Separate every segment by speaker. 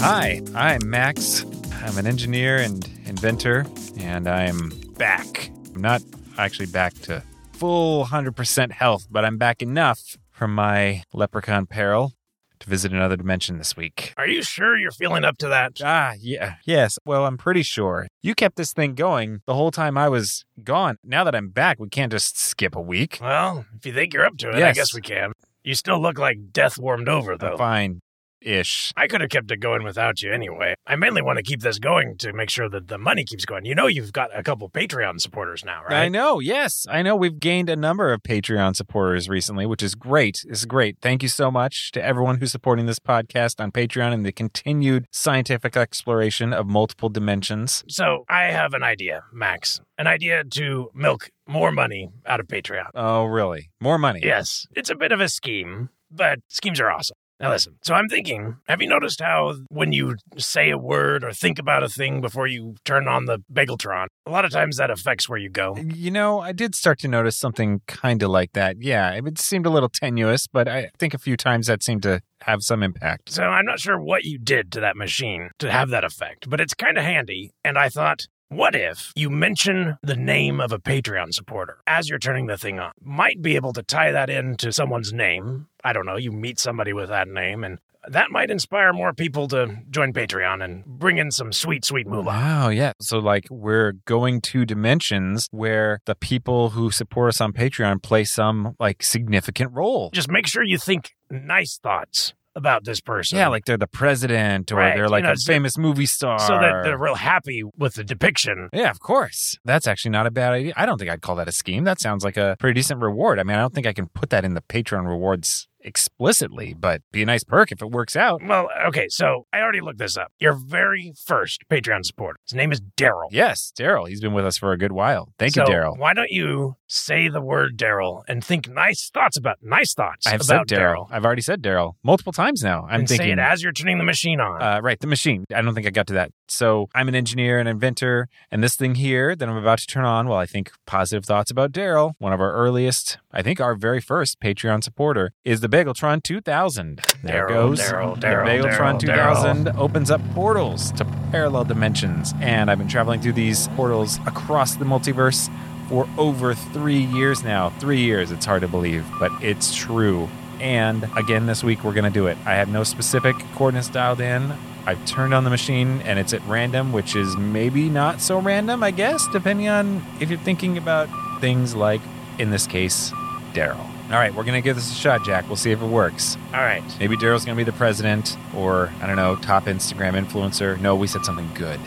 Speaker 1: Hi, I'm Max. I'm an engineer and inventor, and I'm back. I'm not actually back to full 100% health, but I'm back enough from my leprechaun peril to visit another dimension this week.
Speaker 2: Are you sure you're feeling up to that?
Speaker 1: Ah, yeah. Yes. Well, I'm pretty sure. You kept this thing going the whole time I was gone. Now that I'm back, we can't just skip a week.
Speaker 2: Well, if you think you're up to it, I
Speaker 1: Yes.
Speaker 2: guess we can. You still look like death warmed over, though.
Speaker 1: Fine ish.
Speaker 2: I could have kept it going without you anyway. I mainly want to keep this going to make sure that the money keeps going. You know, you've got a couple Patreon supporters now,
Speaker 1: I
Speaker 2: right?
Speaker 1: know. Yes, I know. We've gained a number of Patreon supporters recently, which is great. It's great. Thank you so much to everyone who's supporting this podcast on Patreon and the continued scientific exploration of multiple dimensions.
Speaker 2: So I have an idea, Max. An idea to milk more money out of Patreon.
Speaker 1: Oh, really? More money?
Speaker 2: Yes, it's a bit of a scheme, but schemes are awesome. Now, listen. So, I'm thinking, have you noticed how when you say a word or think about a thing before you turn on the Bageltron, a lot of times that affects where you go?
Speaker 1: You know, I did start to notice something kind of like that. Yeah, it seemed a little tenuous, but I think a few times that seemed to have some impact.
Speaker 2: So, I'm not sure what you did to that machine to have that effect, but it's kind of handy. And I thought, what if you mention the name of a Patreon supporter as you're turning the thing on? Might be able to tie that into someone's name. I don't know. You meet somebody with that name, and that might inspire more people to join Patreon and bring in some sweet, sweet moolah.
Speaker 1: Wow, yeah. So, like, we're going to dimensions where the people who support us on Patreon play some, like, significant role.
Speaker 2: just make sure you think nice thoughts about this person.
Speaker 1: Yeah, like they're the president or
Speaker 2: Right,
Speaker 1: they're
Speaker 2: you
Speaker 1: like
Speaker 2: know,
Speaker 1: a
Speaker 2: so-
Speaker 1: famous movie star.
Speaker 2: so that they're real happy with the depiction.
Speaker 1: yeah, of course. That's actually not a bad idea. I don't think I'd call that a scheme. That sounds like a pretty decent reward. I mean, I don't think I can put that in the Patreon rewards explicitly, but be a nice perk if it works out.
Speaker 2: Well, okay, so I already looked this up. Your very first Patreon supporter. His name is Daryl.
Speaker 1: Yes, Daryl. He's been with us for a good while. Thank
Speaker 2: So
Speaker 1: you, Daryl.
Speaker 2: Why don't you say the word Daryl and think nice thoughts about nice thoughts
Speaker 1: I have said
Speaker 2: about
Speaker 1: Daryl. I've already said Daryl multiple times now. I'm
Speaker 2: and say
Speaker 1: thinking
Speaker 2: it as you're turning the machine on.
Speaker 1: Uh, right, the machine. I don't think I got to that. So I'm an engineer, an inventor, and this thing here that I'm about to turn on, well, I think positive thoughts about Daryl, one of our earliest, I think our very first Patreon supporter, is the Bageltron 2000. There it
Speaker 2: Daryl,
Speaker 1: goes.
Speaker 2: Daryl,
Speaker 1: the
Speaker 2: Daryl,
Speaker 1: Bageltron
Speaker 2: Daryl,
Speaker 1: 2000 opens up portals to parallel dimensions, and I've been traveling through these portals across the multiverse for over three years now. Three years, it's hard to believe, but it's true. And again, this week we're going to do it. I have no specific coordinates dialed in. I've turned on the machine and it's at random, which is maybe not so random, I guess, depending on if you're thinking about things like, in this case, Daryl. All right, we're going to give this a shot, Jack. We'll see if it works.
Speaker 2: All right.
Speaker 1: Maybe Daryl's going to be the president or, I don't know, top Instagram influencer. No, we said something good.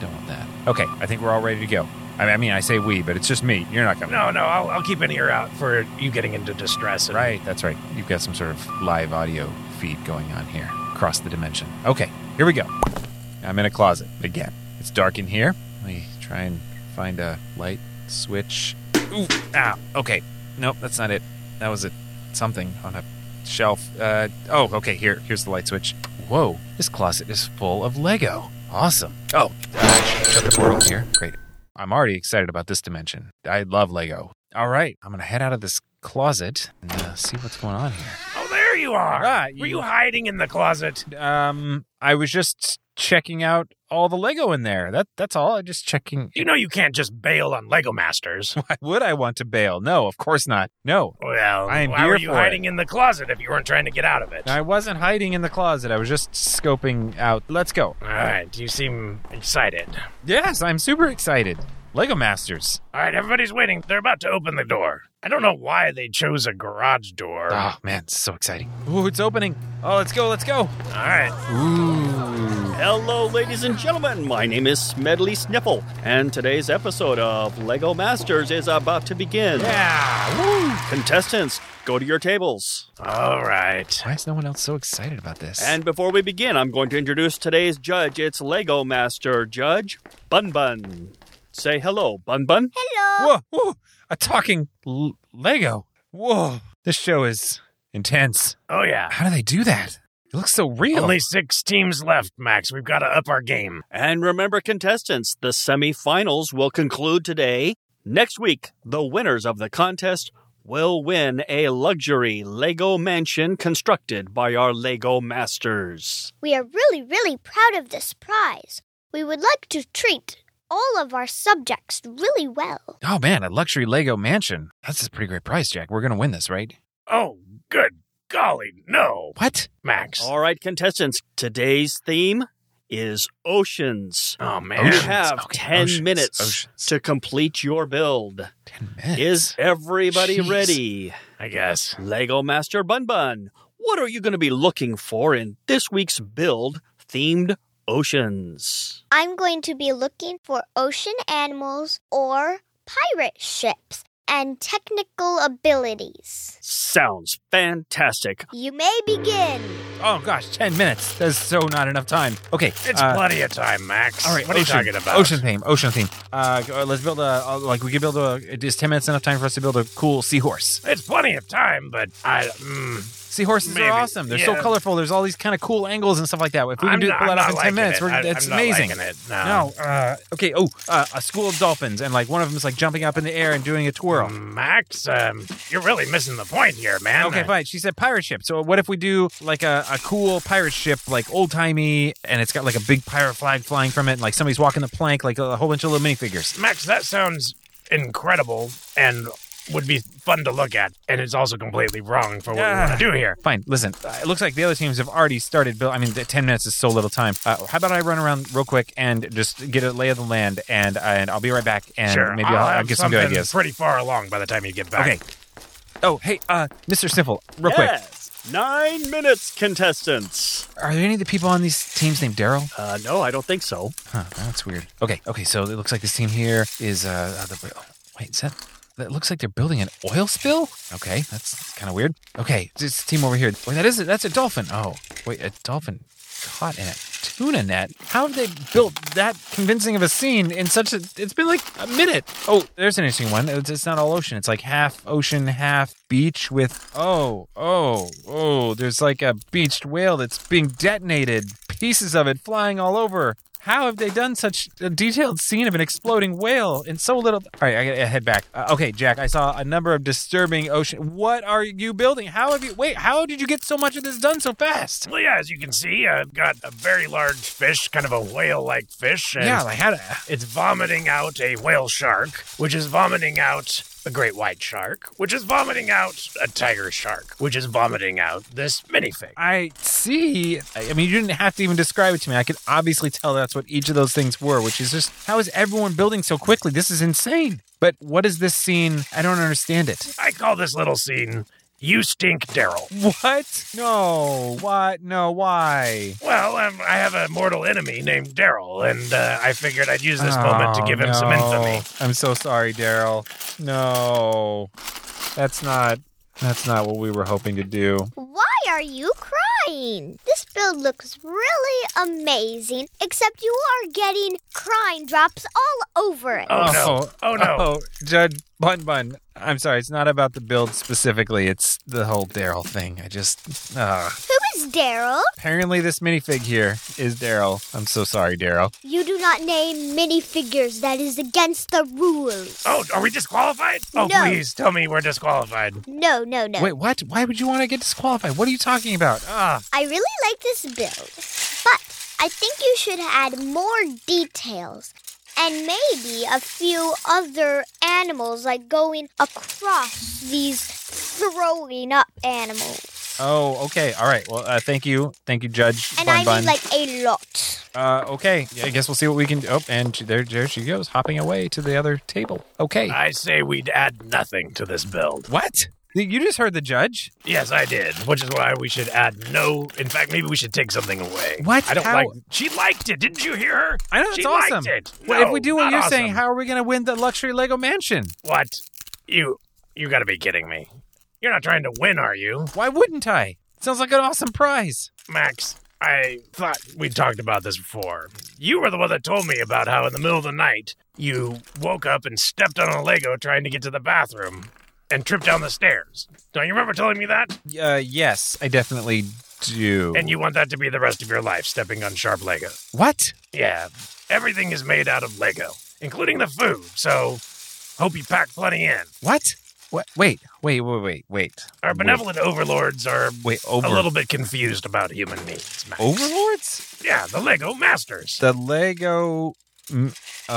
Speaker 1: Don't want that. Okay, I think we're all ready to go. I I mean, I say we, but it's just me. You're not going to.
Speaker 2: No, no, I'll, I'll keep an ear out for you getting into distress. And
Speaker 1: Right, that's right. You've got some sort of live audio feed going on here across the dimension. Okay, here we go. I'm in a closet again. It's dark in here. Let me try and find a light switch. Ooh, ah, okay. Nope, that's not it. That was a something on a shelf. Uh, oh, okay. Here, here's the light switch. Whoa, this closet is full of Lego. Awesome. Oh, uh, shut the portal here. Great. I'm already excited about this dimension. I love Lego. All right, I'm gonna head out of this closet and uh, see what's going on here.
Speaker 2: Oh, there you are.
Speaker 1: Ah,
Speaker 2: Were
Speaker 1: you-
Speaker 2: you hiding in the closet?
Speaker 1: Um, I was just checking out all the Lego in there. That that's all. I'm just checking.
Speaker 2: You know you can't just bail on Lego Masters.
Speaker 1: Why would I want to bail? No, of course not. No,
Speaker 2: Well,
Speaker 1: I am
Speaker 2: why
Speaker 1: here
Speaker 2: were you
Speaker 1: for
Speaker 2: hiding in the closet if you weren't trying to get out of it?
Speaker 1: I wasn't hiding in the closet. I was just scoping out. Let's go.
Speaker 2: All right, you seem excited.
Speaker 1: Yes, I'm super excited. Lego Masters.
Speaker 2: All right, everybody's waiting. They're about to open the door. I don't know why they chose a garage door.
Speaker 1: Oh man, it's so exciting. Ooh, it's opening. Oh, let's go, let's go.
Speaker 2: All right.
Speaker 1: Ooh.
Speaker 3: Hello, ladies and gentlemen. My name is Smedley Sniffle, and today's episode of Lego Masters is about to begin.
Speaker 2: Yeah.
Speaker 3: Contestants, go to your tables.
Speaker 2: All right.
Speaker 1: Why is no one else so excited about this?
Speaker 3: And before we begin, I'm going to introduce today's judge. It's Lego Master Judge Bun Bun. Say hello, Bun Bun.
Speaker 1: whoa, whoa, a talking l- Lego. Whoa, this show is intense.
Speaker 2: Oh yeah.
Speaker 1: How do they do that? It looks so real.
Speaker 2: Only six teams left, Max. We've got to up our game.
Speaker 3: And remember, contestants, the semifinals will conclude today. Next week, the winners of the contest will win a luxury Lego mansion constructed by our Lego masters.
Speaker 4: We are really, really proud of this prize. We would like to treat all of our subjects really well.
Speaker 1: Oh man, a luxury Lego mansion. That's a pretty great prize, Jack. We're gonna win this, right?
Speaker 2: Oh, good golly, no.
Speaker 1: What?
Speaker 2: Max.
Speaker 3: All right, contestants, today's theme is oceans.
Speaker 2: Oh, man.
Speaker 3: You
Speaker 1: Oceans.
Speaker 3: have
Speaker 1: Okay,
Speaker 3: 10
Speaker 1: oceans,
Speaker 3: minutes
Speaker 1: oceans.
Speaker 3: to complete your build.
Speaker 1: Ten minutes.
Speaker 3: Is everybody
Speaker 1: Jeez.
Speaker 3: ready?
Speaker 2: I guess.
Speaker 3: Lego Master Bun Bun, what are you going to be looking for in this week's build themed oceans?
Speaker 4: I'm going to be looking for ocean animals or pirate ships and technical abilities.
Speaker 3: Sounds fantastic.
Speaker 4: You may begin.
Speaker 1: oh gosh, ten minutes. That's so not enough time. Okay,
Speaker 2: It's
Speaker 1: uh,
Speaker 2: plenty of time, Max.
Speaker 1: All right,
Speaker 2: what
Speaker 1: ocean,
Speaker 2: are you talking about?
Speaker 1: Ocean theme, ocean theme. Uh, g- uh, let's build a uh, like we could build a. Is ten minutes enough time for us to build a cool seahorse?
Speaker 2: It's plenty of time, but I. Mm,
Speaker 1: Seahorses
Speaker 2: Maybe.
Speaker 1: are awesome. They're so
Speaker 2: Yeah.
Speaker 1: colorful. There's all these kind of cool angles and stuff like that. If we can
Speaker 2: I'm
Speaker 1: do
Speaker 2: not,
Speaker 1: pull
Speaker 2: I'm
Speaker 1: that off
Speaker 2: not
Speaker 1: in
Speaker 2: liking
Speaker 1: ten minutes,
Speaker 2: it.
Speaker 1: we're,
Speaker 2: I,
Speaker 1: it's
Speaker 2: I'm not
Speaker 1: amazing.
Speaker 2: liking it. No.
Speaker 1: No, uh, okay. Oh, uh, a school of dolphins, and like one of them is like jumping up in the air and doing a twirl.
Speaker 2: Mm, Max, um, you're really missing the point here, man.
Speaker 1: Okay,
Speaker 2: Uh,
Speaker 1: fine. She said pirate ship. So what if we do like a, a cool pirate ship, like old timey, and it's got like a big pirate flag flying from it, and like somebody's walking the plank, like a, whole bunch of little minifigures.
Speaker 2: Max, that sounds incredible and would be fun to look at, and it's also completely wrong for what
Speaker 1: Ah.
Speaker 2: we want to do here.
Speaker 1: Fine. Listen, uh, it looks like the other teams have already started. Build- I mean, the ten minutes is so little time. Uh, how about I run around real quick and just get a lay of the land, and uh, and I'll be right back, and
Speaker 2: sure,
Speaker 1: maybe
Speaker 2: I'll,
Speaker 1: I'll, I'll
Speaker 2: have
Speaker 1: get some
Speaker 2: something
Speaker 1: good ideas.
Speaker 2: pretty far along by the time you get back.
Speaker 1: okay. Oh, hey, uh, Mr. Simple, real quick.
Speaker 3: yes. Nine minutes, contestants.
Speaker 1: Are there any of the people on these teams named Daryl?
Speaker 3: Uh, no, I don't think so.
Speaker 1: Huh, that's weird. Okay, okay, so it looks like this team here is uh uh, the oh, wait, is that that looks like they're building an oil spill? Okay, that's kind of weird. Okay, this team over here. Wait, that is it. That's a dolphin. Oh, wait, a dolphin caught in a tuna net. How have they built that convincing of a scene in such a it's been like a minute. Oh, there's an interesting one. It's, it's not all ocean. It's like half ocean, half beach with oh, oh, oh, there's like a beached whale that's being detonated. Pieces of it flying all over. How have they done such a detailed scene of an exploding whale in so little? All right, I gotta head back. Uh, okay, Jack, I saw a number of disturbing ocean. What are you building? How have you? Wait, how did you get so much of this done so fast?
Speaker 2: Well, yeah, as you can see, I've got a very large fish, kind of a whale-like fish, and
Speaker 1: Yeah, like how? To,
Speaker 2: it's vomiting out a whale shark, which is vomiting out a great white shark, which is vomiting out a tiger shark, which is vomiting out this minifig.
Speaker 1: I see. I I mean, you didn't have to even describe it to me. I could obviously tell that's what each of those things were, which is just how is everyone building so quickly? This is insane. But what is this scene? I don't understand it.
Speaker 2: I call this little scene "You Stink, Daryl."
Speaker 1: What? No. What? No. Why?
Speaker 2: Well, um, I have a mortal enemy named Daryl, and uh, I figured I'd use this moment to
Speaker 1: Oh,
Speaker 2: give him some
Speaker 1: no.
Speaker 2: infamy.
Speaker 1: I'm so sorry, Daryl. No, that's not that's not what we were hoping to do.
Speaker 4: Why are you crying? This build looks really amazing, except you are getting crying drops all over it.
Speaker 1: Uh.
Speaker 2: Oh, no! Oh no!
Speaker 1: Oh, Judge Bun Bun. I'm sorry. It's not about the build specifically. It's the whole Daryl thing. I just uh,
Speaker 4: Who is Daryl?
Speaker 1: apparently this minifig here is Daryl. I'm so sorry, Daryl.
Speaker 4: You do not name minifigures. That is against the rules.
Speaker 2: Oh, are we disqualified? Oh,
Speaker 4: No.
Speaker 2: please tell me we're disqualified.
Speaker 4: No, no, no.
Speaker 1: Wait, what? Why would you want to get disqualified? What are you talking about? Ah,
Speaker 4: I really like this build, but I think you should add more details and maybe a few other animals, like going across these throwing up animals.
Speaker 1: oh, okay, all right. Well, uh, thank you, thank you, Judge
Speaker 4: And
Speaker 1: Bun
Speaker 4: I
Speaker 1: Bun.
Speaker 4: mean, like, a lot.
Speaker 1: Uh, okay, I guess we'll see what we can. Oh, and she- there, there she goes, hopping away to the other table. Okay.
Speaker 2: I say we'd add nothing to this build.
Speaker 1: what? You just heard the judge?
Speaker 2: Yes, I did, which is why we should add no. In fact, maybe we should take something away.
Speaker 1: What?
Speaker 2: I don't
Speaker 1: How-
Speaker 2: like. She liked it. Didn't you hear her?
Speaker 1: I know that's
Speaker 2: she
Speaker 1: awesome.
Speaker 2: Liked it.
Speaker 1: Well, if
Speaker 2: No,
Speaker 1: we do what
Speaker 2: not
Speaker 1: you're
Speaker 2: awesome.
Speaker 1: saying, how are we going to win the luxury Lego mansion?
Speaker 2: What? You? You got to be kidding me! You're not trying to win, are you,
Speaker 1: Why wouldn't I? Sounds like an awesome prize.
Speaker 2: Max? I thought we talked about this before. You were the one that told me about how in the middle of the night you woke up and stepped on a Lego trying to get to the bathroom and tripped down the stairs. Don't you remember telling me that?
Speaker 1: Uh, yes, I definitely do.
Speaker 2: And you want that to be the rest of your life, stepping on sharp Lego.
Speaker 1: what?
Speaker 2: Yeah, everything is made out of Lego, including the food. So, hope you pack plenty in.
Speaker 1: What? What? Wait, Wait, wait, wait, wait.
Speaker 2: Our benevolent overlords are
Speaker 1: Wait, over
Speaker 2: a little bit confused about human needs. Max.
Speaker 1: overlords?
Speaker 2: Yeah, the Lego Masters.
Speaker 1: The Lego. Mm,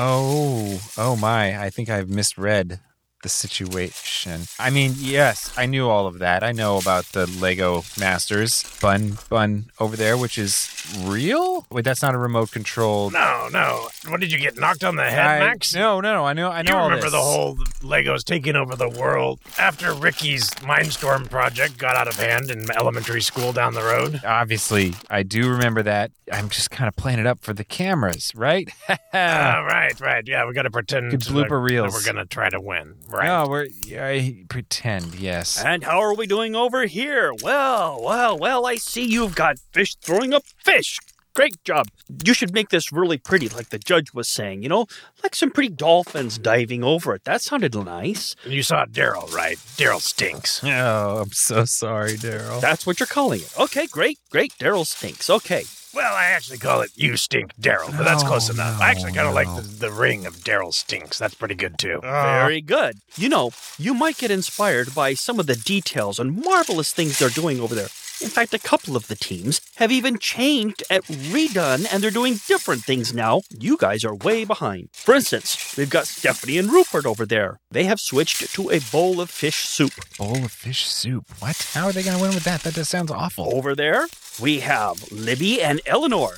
Speaker 1: oh, oh my! I think I've misread the situation. I mean, yes, I knew all of that. I know about the Lego Masters bun bun over there, which is real. Wait, that's not a remote control.
Speaker 2: No, no. What did you get knocked on the head,
Speaker 1: I-
Speaker 2: Max?
Speaker 1: No, no, no. I know. I know.
Speaker 2: you
Speaker 1: all
Speaker 2: remember
Speaker 1: this.
Speaker 2: the whole Legos taking over the world after Ricky's Mindstorm project got out of hand in elementary school down the road?
Speaker 1: Obviously, I do remember that. I'm just kind of playing it up for the cameras, right?
Speaker 2: Uh, right, right. Yeah, we got to pretend
Speaker 1: Good
Speaker 2: that-
Speaker 1: blooper
Speaker 2: that
Speaker 1: reels.
Speaker 2: we're gonna try to win. Right. Ah.
Speaker 1: No, we're I pretend. Yes.
Speaker 3: And how are we doing over here? Well, well, well, I see you've got fish throwing up fish. Great job. You should make this really pretty, like the judge was saying, you know, like some pretty dolphins diving over it. That sounded nice.
Speaker 2: You saw Daryl, right? Daryl stinks.
Speaker 1: Oh, I'm so sorry, Daryl.
Speaker 3: That's what you're calling it. Okay, great, great. Daryl stinks. Okay.
Speaker 2: Well, I actually call it "You Stink, Daryl," but that's
Speaker 1: No,
Speaker 2: close enough.
Speaker 1: no,
Speaker 2: I actually kind of like
Speaker 1: no.
Speaker 2: the, the ring of Daryl stinks. That's pretty good too.
Speaker 3: Very good. You know, you might get inspired by some of the details and marvelous things they're doing over there. In fact, a couple of the teams have even changed and redone, and they're doing different things now. You guys are way behind. For instance, we've got Stephanie and Rupert over there. They have switched to a bowl of fish soup.
Speaker 1: Bowl of fish soup. What? How are they going to win with that? That just sounds awful.
Speaker 3: Over there, we have Libby and Eleanor.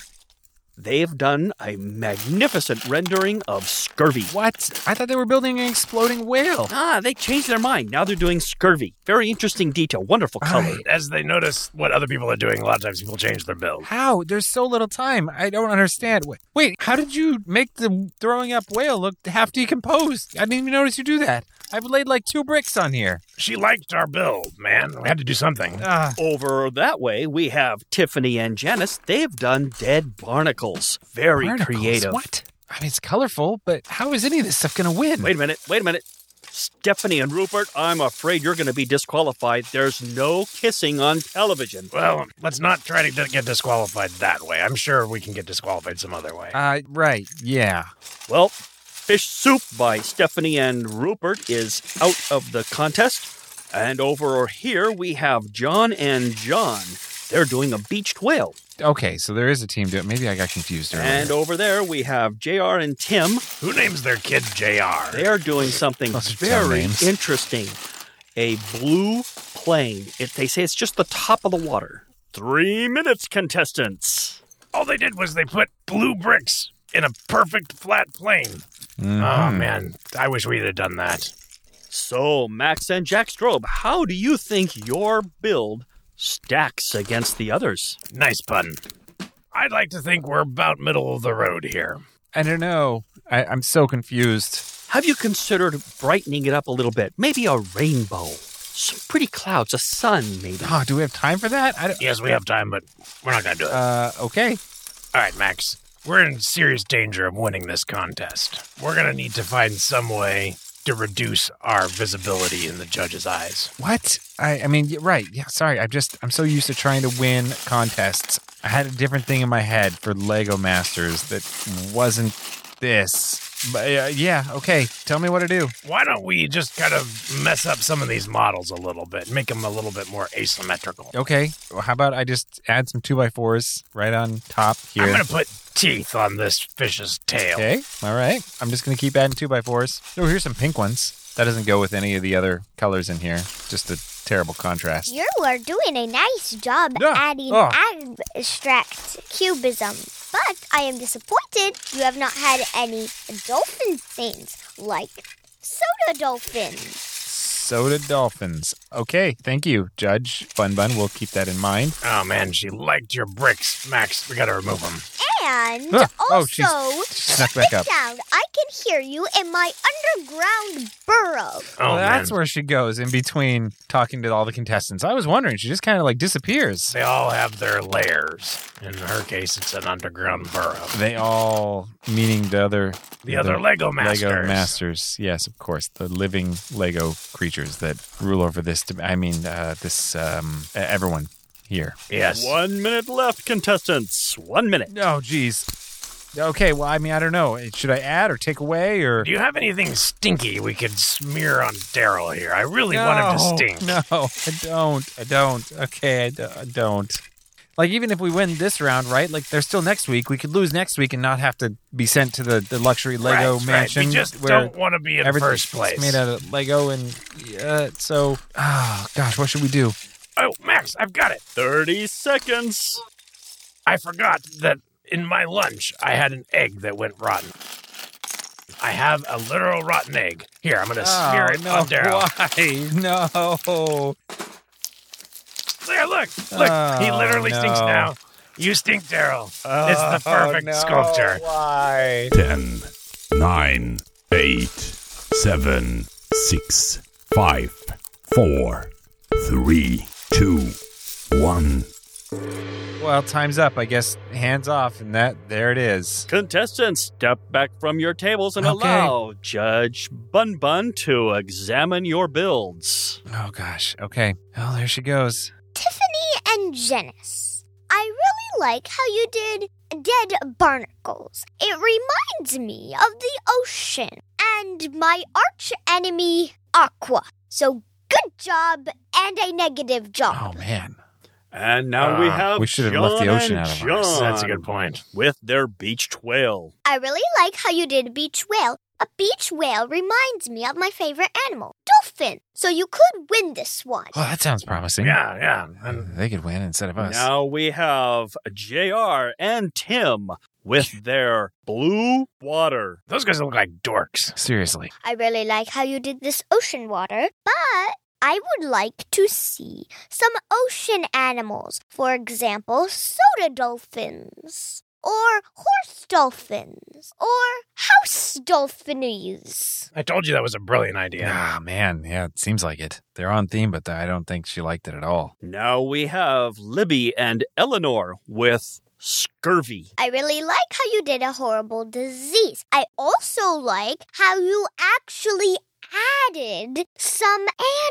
Speaker 3: They've done a magnificent rendering of scurvy.
Speaker 1: What? I thought they were building an exploding whale.
Speaker 3: Ah, they changed their mind. Now they're doing scurvy. Very interesting detail. Wonderful color.
Speaker 2: As they notice what other people are doing, a lot of times people change their build.
Speaker 1: How? There's so little time. I don't understand. Wait- Wait, how did you make the throwing up whale look half decomposed? I didn't even notice you do that. I've laid like two bricks on here.
Speaker 2: She liked our build, man. We had to do something.
Speaker 1: Ah,
Speaker 3: Over that way, we have Tiffany and Janice. They've done dead barnacles. Very
Speaker 1: barnacles.
Speaker 3: creative.
Speaker 1: What? I mean, it's colorful, but how is any of this stuff going to win?
Speaker 3: Wait a minute. Wait a minute. Stephanie and Rupert, I'm afraid you're going to be disqualified. There's no kissing on television.
Speaker 2: Well, let's not try to d- get disqualified that way. I'm sure we can get disqualified some other way.
Speaker 1: Uh, right. Yeah.
Speaker 3: Well, Fish Soup by Stephanie and Rupert is out of the contest. And over here, we have John and John. They're doing a beached whale.
Speaker 1: Okay, so there is a team doing. Maybe I got confused earlier.
Speaker 3: And over there, we have JR and Tim.
Speaker 2: Who names their kid JR?
Speaker 3: They are doing something
Speaker 1: Those are dumb
Speaker 3: very
Speaker 1: names.
Speaker 3: interesting. A blue plane. It, they say it's just the top of the water. Three minutes, contestants.
Speaker 2: All they did was they put blue bricks in a perfect flat plane. Oh, man. I wish we'd have done that.
Speaker 3: So, Max and Jack Strobe, how do you think your build stacks against the others?
Speaker 2: Nice pun. I'd like to think we're about middle of the road here.
Speaker 1: I don't know. I, I'm so confused.
Speaker 3: Have you considered brightening it up a little bit? Maybe a rainbow, some pretty clouds, a sun, maybe.
Speaker 1: Oh, do we have time for that? I don't,
Speaker 2: Yes, we have time, but we're not going to do it.
Speaker 1: uh, okay.
Speaker 2: All right, Max. We're in serious danger of winning this contest. We're going to need to find some way to reduce our visibility in the judge's eyes.
Speaker 1: What? I, I mean, yeah, right. Yeah, sorry. I'm just, I'm so used to trying to win contests. I had a different thing in my head for Lego Masters that wasn't this. But uh, yeah, okay. Tell me what to do.
Speaker 2: Why don't we just kind of mess up some of these models a little bit, make them a little bit more asymmetrical?
Speaker 1: Okay. Well, how about I just add some two by fours right on top here?
Speaker 2: I'm going to put teeth on this fish's tail.
Speaker 1: Okay. All right. I'm just going to keep adding two by fours. Oh, here's some pink ones. That doesn't go with any of the other colors in here. Just a terrible contrast.
Speaker 4: You are doing a nice job
Speaker 1: Yeah.
Speaker 4: adding
Speaker 1: Oh.
Speaker 4: abstract cubism. But I am disappointed you have not had any dolphin things like soda dolphins.
Speaker 1: Soda dolphins. Okay. Thank you, Judge Bun Bun. We'll keep that in mind.
Speaker 2: Oh, man, she liked your bricks. Max, we got to remove them.
Speaker 4: And
Speaker 1: Ah, oh,
Speaker 4: also,
Speaker 1: she's- she snuck back up.
Speaker 4: sound. I can hear you in my underground burrow.
Speaker 1: well,
Speaker 2: Oh,
Speaker 1: that's
Speaker 2: man.
Speaker 1: where she goes in between talking to all the contestants. I was wondering, she just kind of like disappears.
Speaker 2: They all have their layers. In her case, it's an underground burrow.
Speaker 1: They all, meaning the other,
Speaker 2: The other Lego masters.
Speaker 1: Lego masters. Yes, of course, the living Lego creatures that rule over this. dim- I mean, uh, this um, e- everyone here.
Speaker 2: Yes.
Speaker 3: One minute left, contestants. One minute.
Speaker 1: Oh, geez. Okay, well, I mean, I don't know. Should I add or take away or?
Speaker 2: Do you have anything stinky we could smear on Daryl here? I really want him to stink.
Speaker 1: No, I don't. I don't. Okay, I, d- I don't. Like, even if we win this round, right? Like, they're still next week. We could lose next week and not have to be sent to the, the luxury Lego
Speaker 2: right,
Speaker 1: mansion.
Speaker 2: Right. We just
Speaker 1: where
Speaker 2: don't want to be in
Speaker 1: everything's
Speaker 2: first place.
Speaker 1: made out of Lego and uh, so. Oh gosh, what should we do?
Speaker 2: oh, Max, I've got it.
Speaker 3: 30 seconds.
Speaker 2: I forgot that in my lunch I had an egg that went rotten. I have a literal rotten egg. Here, I'm gonna smear
Speaker 1: Oh,
Speaker 2: it
Speaker 1: no,
Speaker 2: on Daryl.
Speaker 1: Why? No.
Speaker 2: There, look, look. he
Speaker 1: Oh,
Speaker 2: literally stinks
Speaker 1: no.
Speaker 2: now. You stink, Daryl. it's the perfect
Speaker 1: Oh, no,
Speaker 2: sculpture.
Speaker 1: Why?
Speaker 5: 10, 9, 8, 7, 6, 5, 4, 3, 2, 1.
Speaker 1: Well, time's up. I guess hands off, and that there it is.
Speaker 3: Contestants, step back from your tables and
Speaker 1: Okay.
Speaker 3: allow Judge Bun Bun to examine your builds.
Speaker 1: Oh gosh. Okay. Oh, there she goes.
Speaker 4: Tiffany and Janice. I really like how you did dead barnacles. It reminds me of the ocean and my arch enemy, Aqua. So good job and a negative
Speaker 1: Oh
Speaker 4: job.
Speaker 1: man.
Speaker 3: And now we
Speaker 2: Ah,
Speaker 3: have
Speaker 1: we should have left the
Speaker 3: John
Speaker 1: ocean
Speaker 3: and
Speaker 1: out of
Speaker 3: John
Speaker 1: ours.
Speaker 2: That's a good point.
Speaker 3: With their beached whale.
Speaker 4: I really like how you did beach whale. A beach whale reminds me of my favorite animal, dolphin. So you could win this one.
Speaker 1: Well, that sounds promising.
Speaker 2: Yeah, yeah.
Speaker 1: Uh,
Speaker 2: And
Speaker 1: They could win instead of us.
Speaker 3: Now we have JR and Tim with their blue water.
Speaker 2: those guys look like dorks.
Speaker 1: Seriously.
Speaker 4: I really like how you did this ocean water, but I would like to see some ocean animals. For example, soda dolphins, or horse dolphins, or house dolphinies.
Speaker 2: I told you that was a brilliant idea.
Speaker 1: Ah man. Yeah, it seems like it. They're on theme, but I don't think she liked it at all.
Speaker 3: Now we have Libby and Eleanor with scurvy.
Speaker 4: I really like how you did a horrible disease. I also like how you actually added some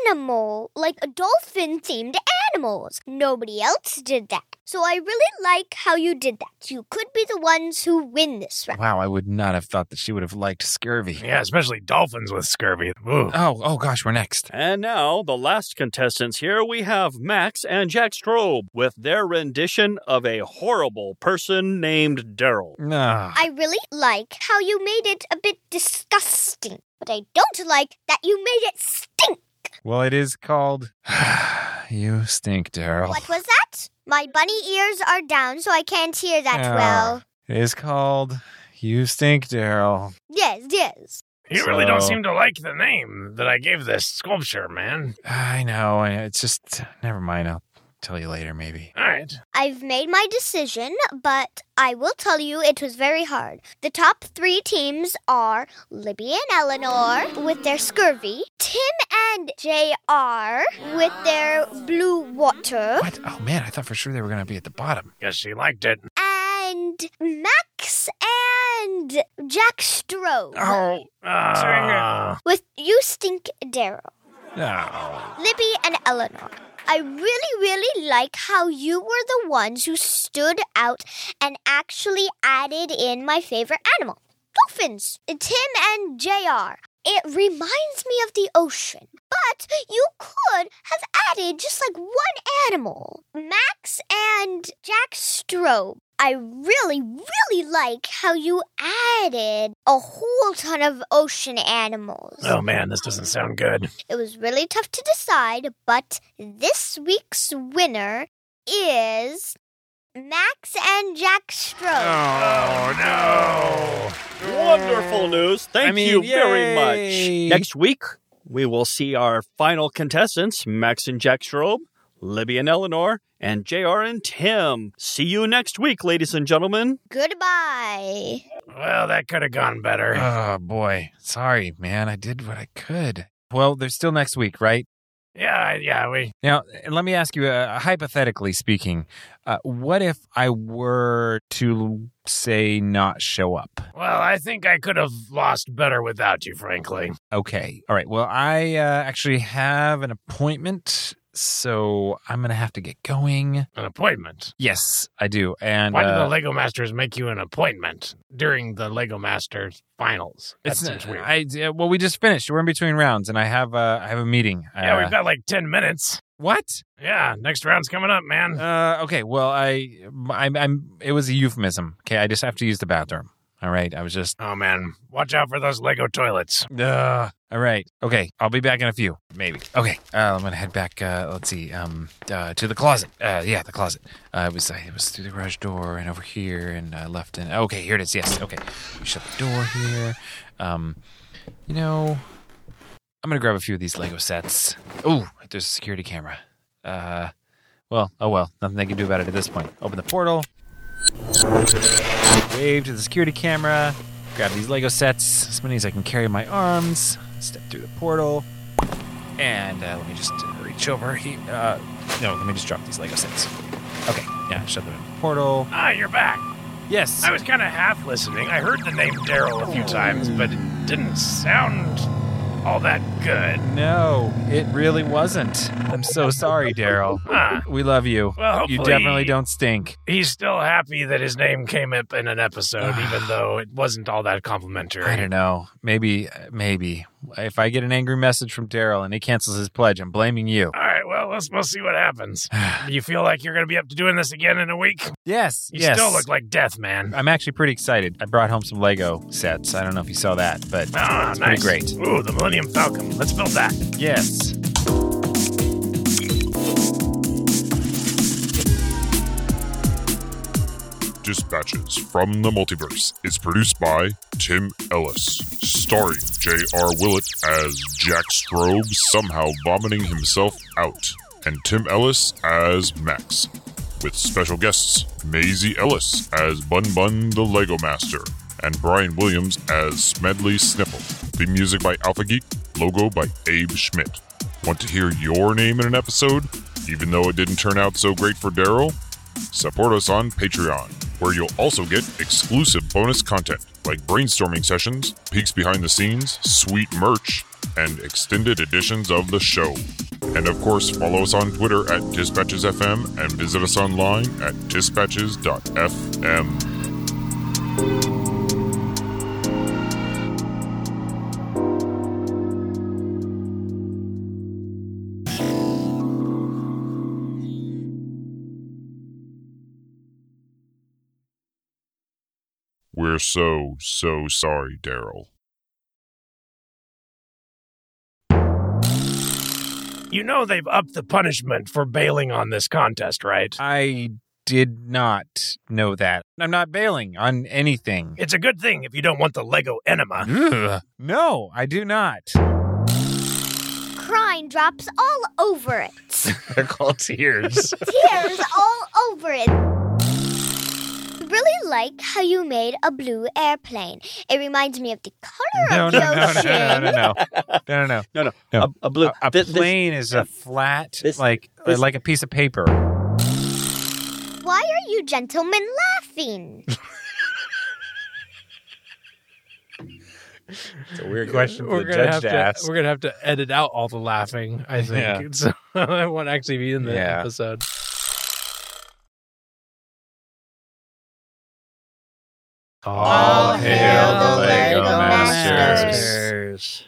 Speaker 4: animal, like a dolphin themed animals. Nobody else did that. So I really like how you did that. You could be the ones who win this round.
Speaker 1: Wow, I would not have thought that she would have liked scurvy.
Speaker 2: Yeah, especially dolphins with scurvy. Ooh.
Speaker 1: Oh, oh gosh, we're next.
Speaker 3: And now the last contestants here we have Max and Jack Strobe with their rendition of a horrible person named Daryl.
Speaker 1: No.
Speaker 4: I really like how you made it a bit disgusting, but I don't like that you made it stink.
Speaker 1: Well, it is called You Stink, Daryl.
Speaker 4: What was that? My bunny ears are down, so I can't hear that
Speaker 1: Ah.
Speaker 4: well.
Speaker 1: It is called You Stink, Daryl.
Speaker 4: Yes, yes.
Speaker 2: You really don't
Speaker 1: So-
Speaker 2: seem to like the name that I gave this sculpture, man.
Speaker 1: I know. I- It's just never mind. I'll tell you later, maybe.
Speaker 2: All right.
Speaker 4: I've made my decision, but I will tell you it was very hard. The top three teams are Libby and Eleanor with their scurvy, Tim and JR with their blue water,
Speaker 1: What? Oh man, I thought for sure they were gonna be at the bottom.
Speaker 2: Guess she liked it.
Speaker 4: and Max and Jack Stroh
Speaker 1: Oh.
Speaker 2: Ah.
Speaker 4: with You Stink Daryl,
Speaker 1: No.
Speaker 4: Libby and Eleanor. I really, really like how you were the ones who stood out and actually added in my favorite animal, dolphins. Tim and JR. It reminds me of the ocean, but you could have added just like one animal. Max and Jack Strobe. I really, really like how you added a whole ton of ocean animals.
Speaker 2: Oh man, this doesn't sound good.
Speaker 4: It was really tough to decide, but this week's winner is Max and Jack Stroh.
Speaker 2: Oh no.
Speaker 3: Wonderful news. Thank
Speaker 1: I mean,
Speaker 3: you very
Speaker 1: yay.
Speaker 3: much. Next week, we will see our final contestants, Max and Jack Strobe, Libby and Eleanor, and JR and Tim. See you next week, ladies and gentlemen.
Speaker 4: Goodbye.
Speaker 2: Well, that could have gone better.
Speaker 1: Oh boy. Sorry, man. I did what I could. Well, they're still next week, right?
Speaker 2: yeah, yeah, we.
Speaker 1: Now, let me ask you, uh, hypothetically speaking, uh, what if I were to say not show up?
Speaker 2: Well, I think I could have lost better without you, frankly.
Speaker 1: Okay. All right. Well, I uh, actually have an appointment so I'm gonna have to get going.
Speaker 2: An appointment.
Speaker 1: Yes, I do. And
Speaker 2: Why do
Speaker 1: uh,
Speaker 2: the Lego Masters make you an appointment during the Lego Masters finals? That
Speaker 1: it's uh,
Speaker 2: seems weird.
Speaker 1: I yeah, well, we just finished. We're in between rounds, and I have uh, I have a meeting.
Speaker 2: yeah,
Speaker 1: uh,
Speaker 2: we've got like 10 minutes.
Speaker 1: what?
Speaker 2: Yeah, next round's coming up, man.
Speaker 1: Uh, okay. Well, I I'm, I'm it was a euphemism. Okay, I just have to use the bathroom. All right. I was just.
Speaker 2: Oh, man. Watch out for those Lego toilets.
Speaker 1: Uh, all right. Okay. I'll be back in a few, maybe. Okay. Uh, I'm gonna head back. Uh, let's see. Um, uh, to the closet. Uh, yeah, the closet. Uh, it was it was through the garage door and over here and uh, left and okay, here it is. Yes. Okay. We shut the door here. Um, you know, I'm gonna grab a few of these Lego sets. Oh, there's a security camera. Uh, well, oh well, nothing they can do about it at this point. Open the portal. Wave to the security camera. Grab these Lego sets, as many as I can carry in my arms. Step through the portal, and uh, let me just uh, reach over. He, uh, no, let me just drop these Lego sets. Okay, yeah, shut them in the portal.
Speaker 2: Ah, you're back.
Speaker 1: Yes,
Speaker 2: I was kind of half listening. I heard the name Daryl a few times, but it didn't sound all that good.
Speaker 1: no, it really wasn't. I'm so sorry, Daryl.
Speaker 2: Ah,
Speaker 1: We love you.
Speaker 2: Well,
Speaker 1: you
Speaker 2: hopefully-
Speaker 1: definitely don't stink.
Speaker 2: he's still happy that his name came up in an episode, even though it wasn't all that complimentary.
Speaker 1: I don't know. Maybe, maybe if I get an angry message from Daryl and he cancels his pledge, I'm blaming you.
Speaker 2: All right, well, let's we'll see what happens. Do you feel like you're going to be up to doing this again in a week?
Speaker 1: Yes,
Speaker 2: You
Speaker 1: yes. Uh,
Speaker 2: still look like death, man.
Speaker 1: I'm actually pretty excited. I brought home some Lego sets. I don't know if you saw that, but
Speaker 2: Ah,
Speaker 1: it's
Speaker 2: nice.
Speaker 1: pretty great.
Speaker 2: Ooh, the Millennium Falcon. Let's build that.
Speaker 1: Yes.
Speaker 5: Dispatches from the Multiverse is produced by Tim Ellis, starring J.R. Willett as Jack Strobe somehow vomiting himself out, and Tim Ellis as Max, with special guests Maisie Ellis as Bun Bun the Lego Master, and Brian Williams as Smedley Sniffle. The music by Alpha Geek, logo by Abe Schmidt. Want to hear your name in an episode, even though it didn't turn out so great for Daryl? Support us on Patreon, where you'll also get exclusive bonus content like brainstorming sessions, peeks behind the scenes, sweet merch, and extended editions of the show. And of course, follow us on Twitter at DispatchesFM and visit us online at dispatches.fm. We're so, so sorry, Daryl.
Speaker 2: You know they've upped the punishment for bailing on this contest, right?
Speaker 1: Uh, I did not know that. I'm not bailing on anything.
Speaker 2: It's a good thing if you don't want the Lego enema.
Speaker 1: Ugh. No, I do not.
Speaker 4: Crying drops all over it.
Speaker 1: They're called tears.
Speaker 4: Tears all over it. Really like how you made a blue airplane. It reminds me of the color
Speaker 1: no, no,
Speaker 4: of the
Speaker 1: no, no,
Speaker 4: ocean.
Speaker 1: no, no, no, no, no, no.
Speaker 3: No, no,
Speaker 1: No.
Speaker 3: A, a blue.
Speaker 1: A, a
Speaker 3: thi- this-
Speaker 1: plane is a flat,
Speaker 3: this-
Speaker 1: like
Speaker 3: this-
Speaker 1: like a piece of paper.
Speaker 4: Why are you gentlemen laughing?
Speaker 1: It's a weird
Speaker 6: we're gonna have to we're gonna have to edit out all the laughing. I think
Speaker 1: Yeah.
Speaker 6: so. It won't actually be in the
Speaker 1: Yeah.
Speaker 6: episode.
Speaker 1: All hail the Lego Masters.
Speaker 3: Masters.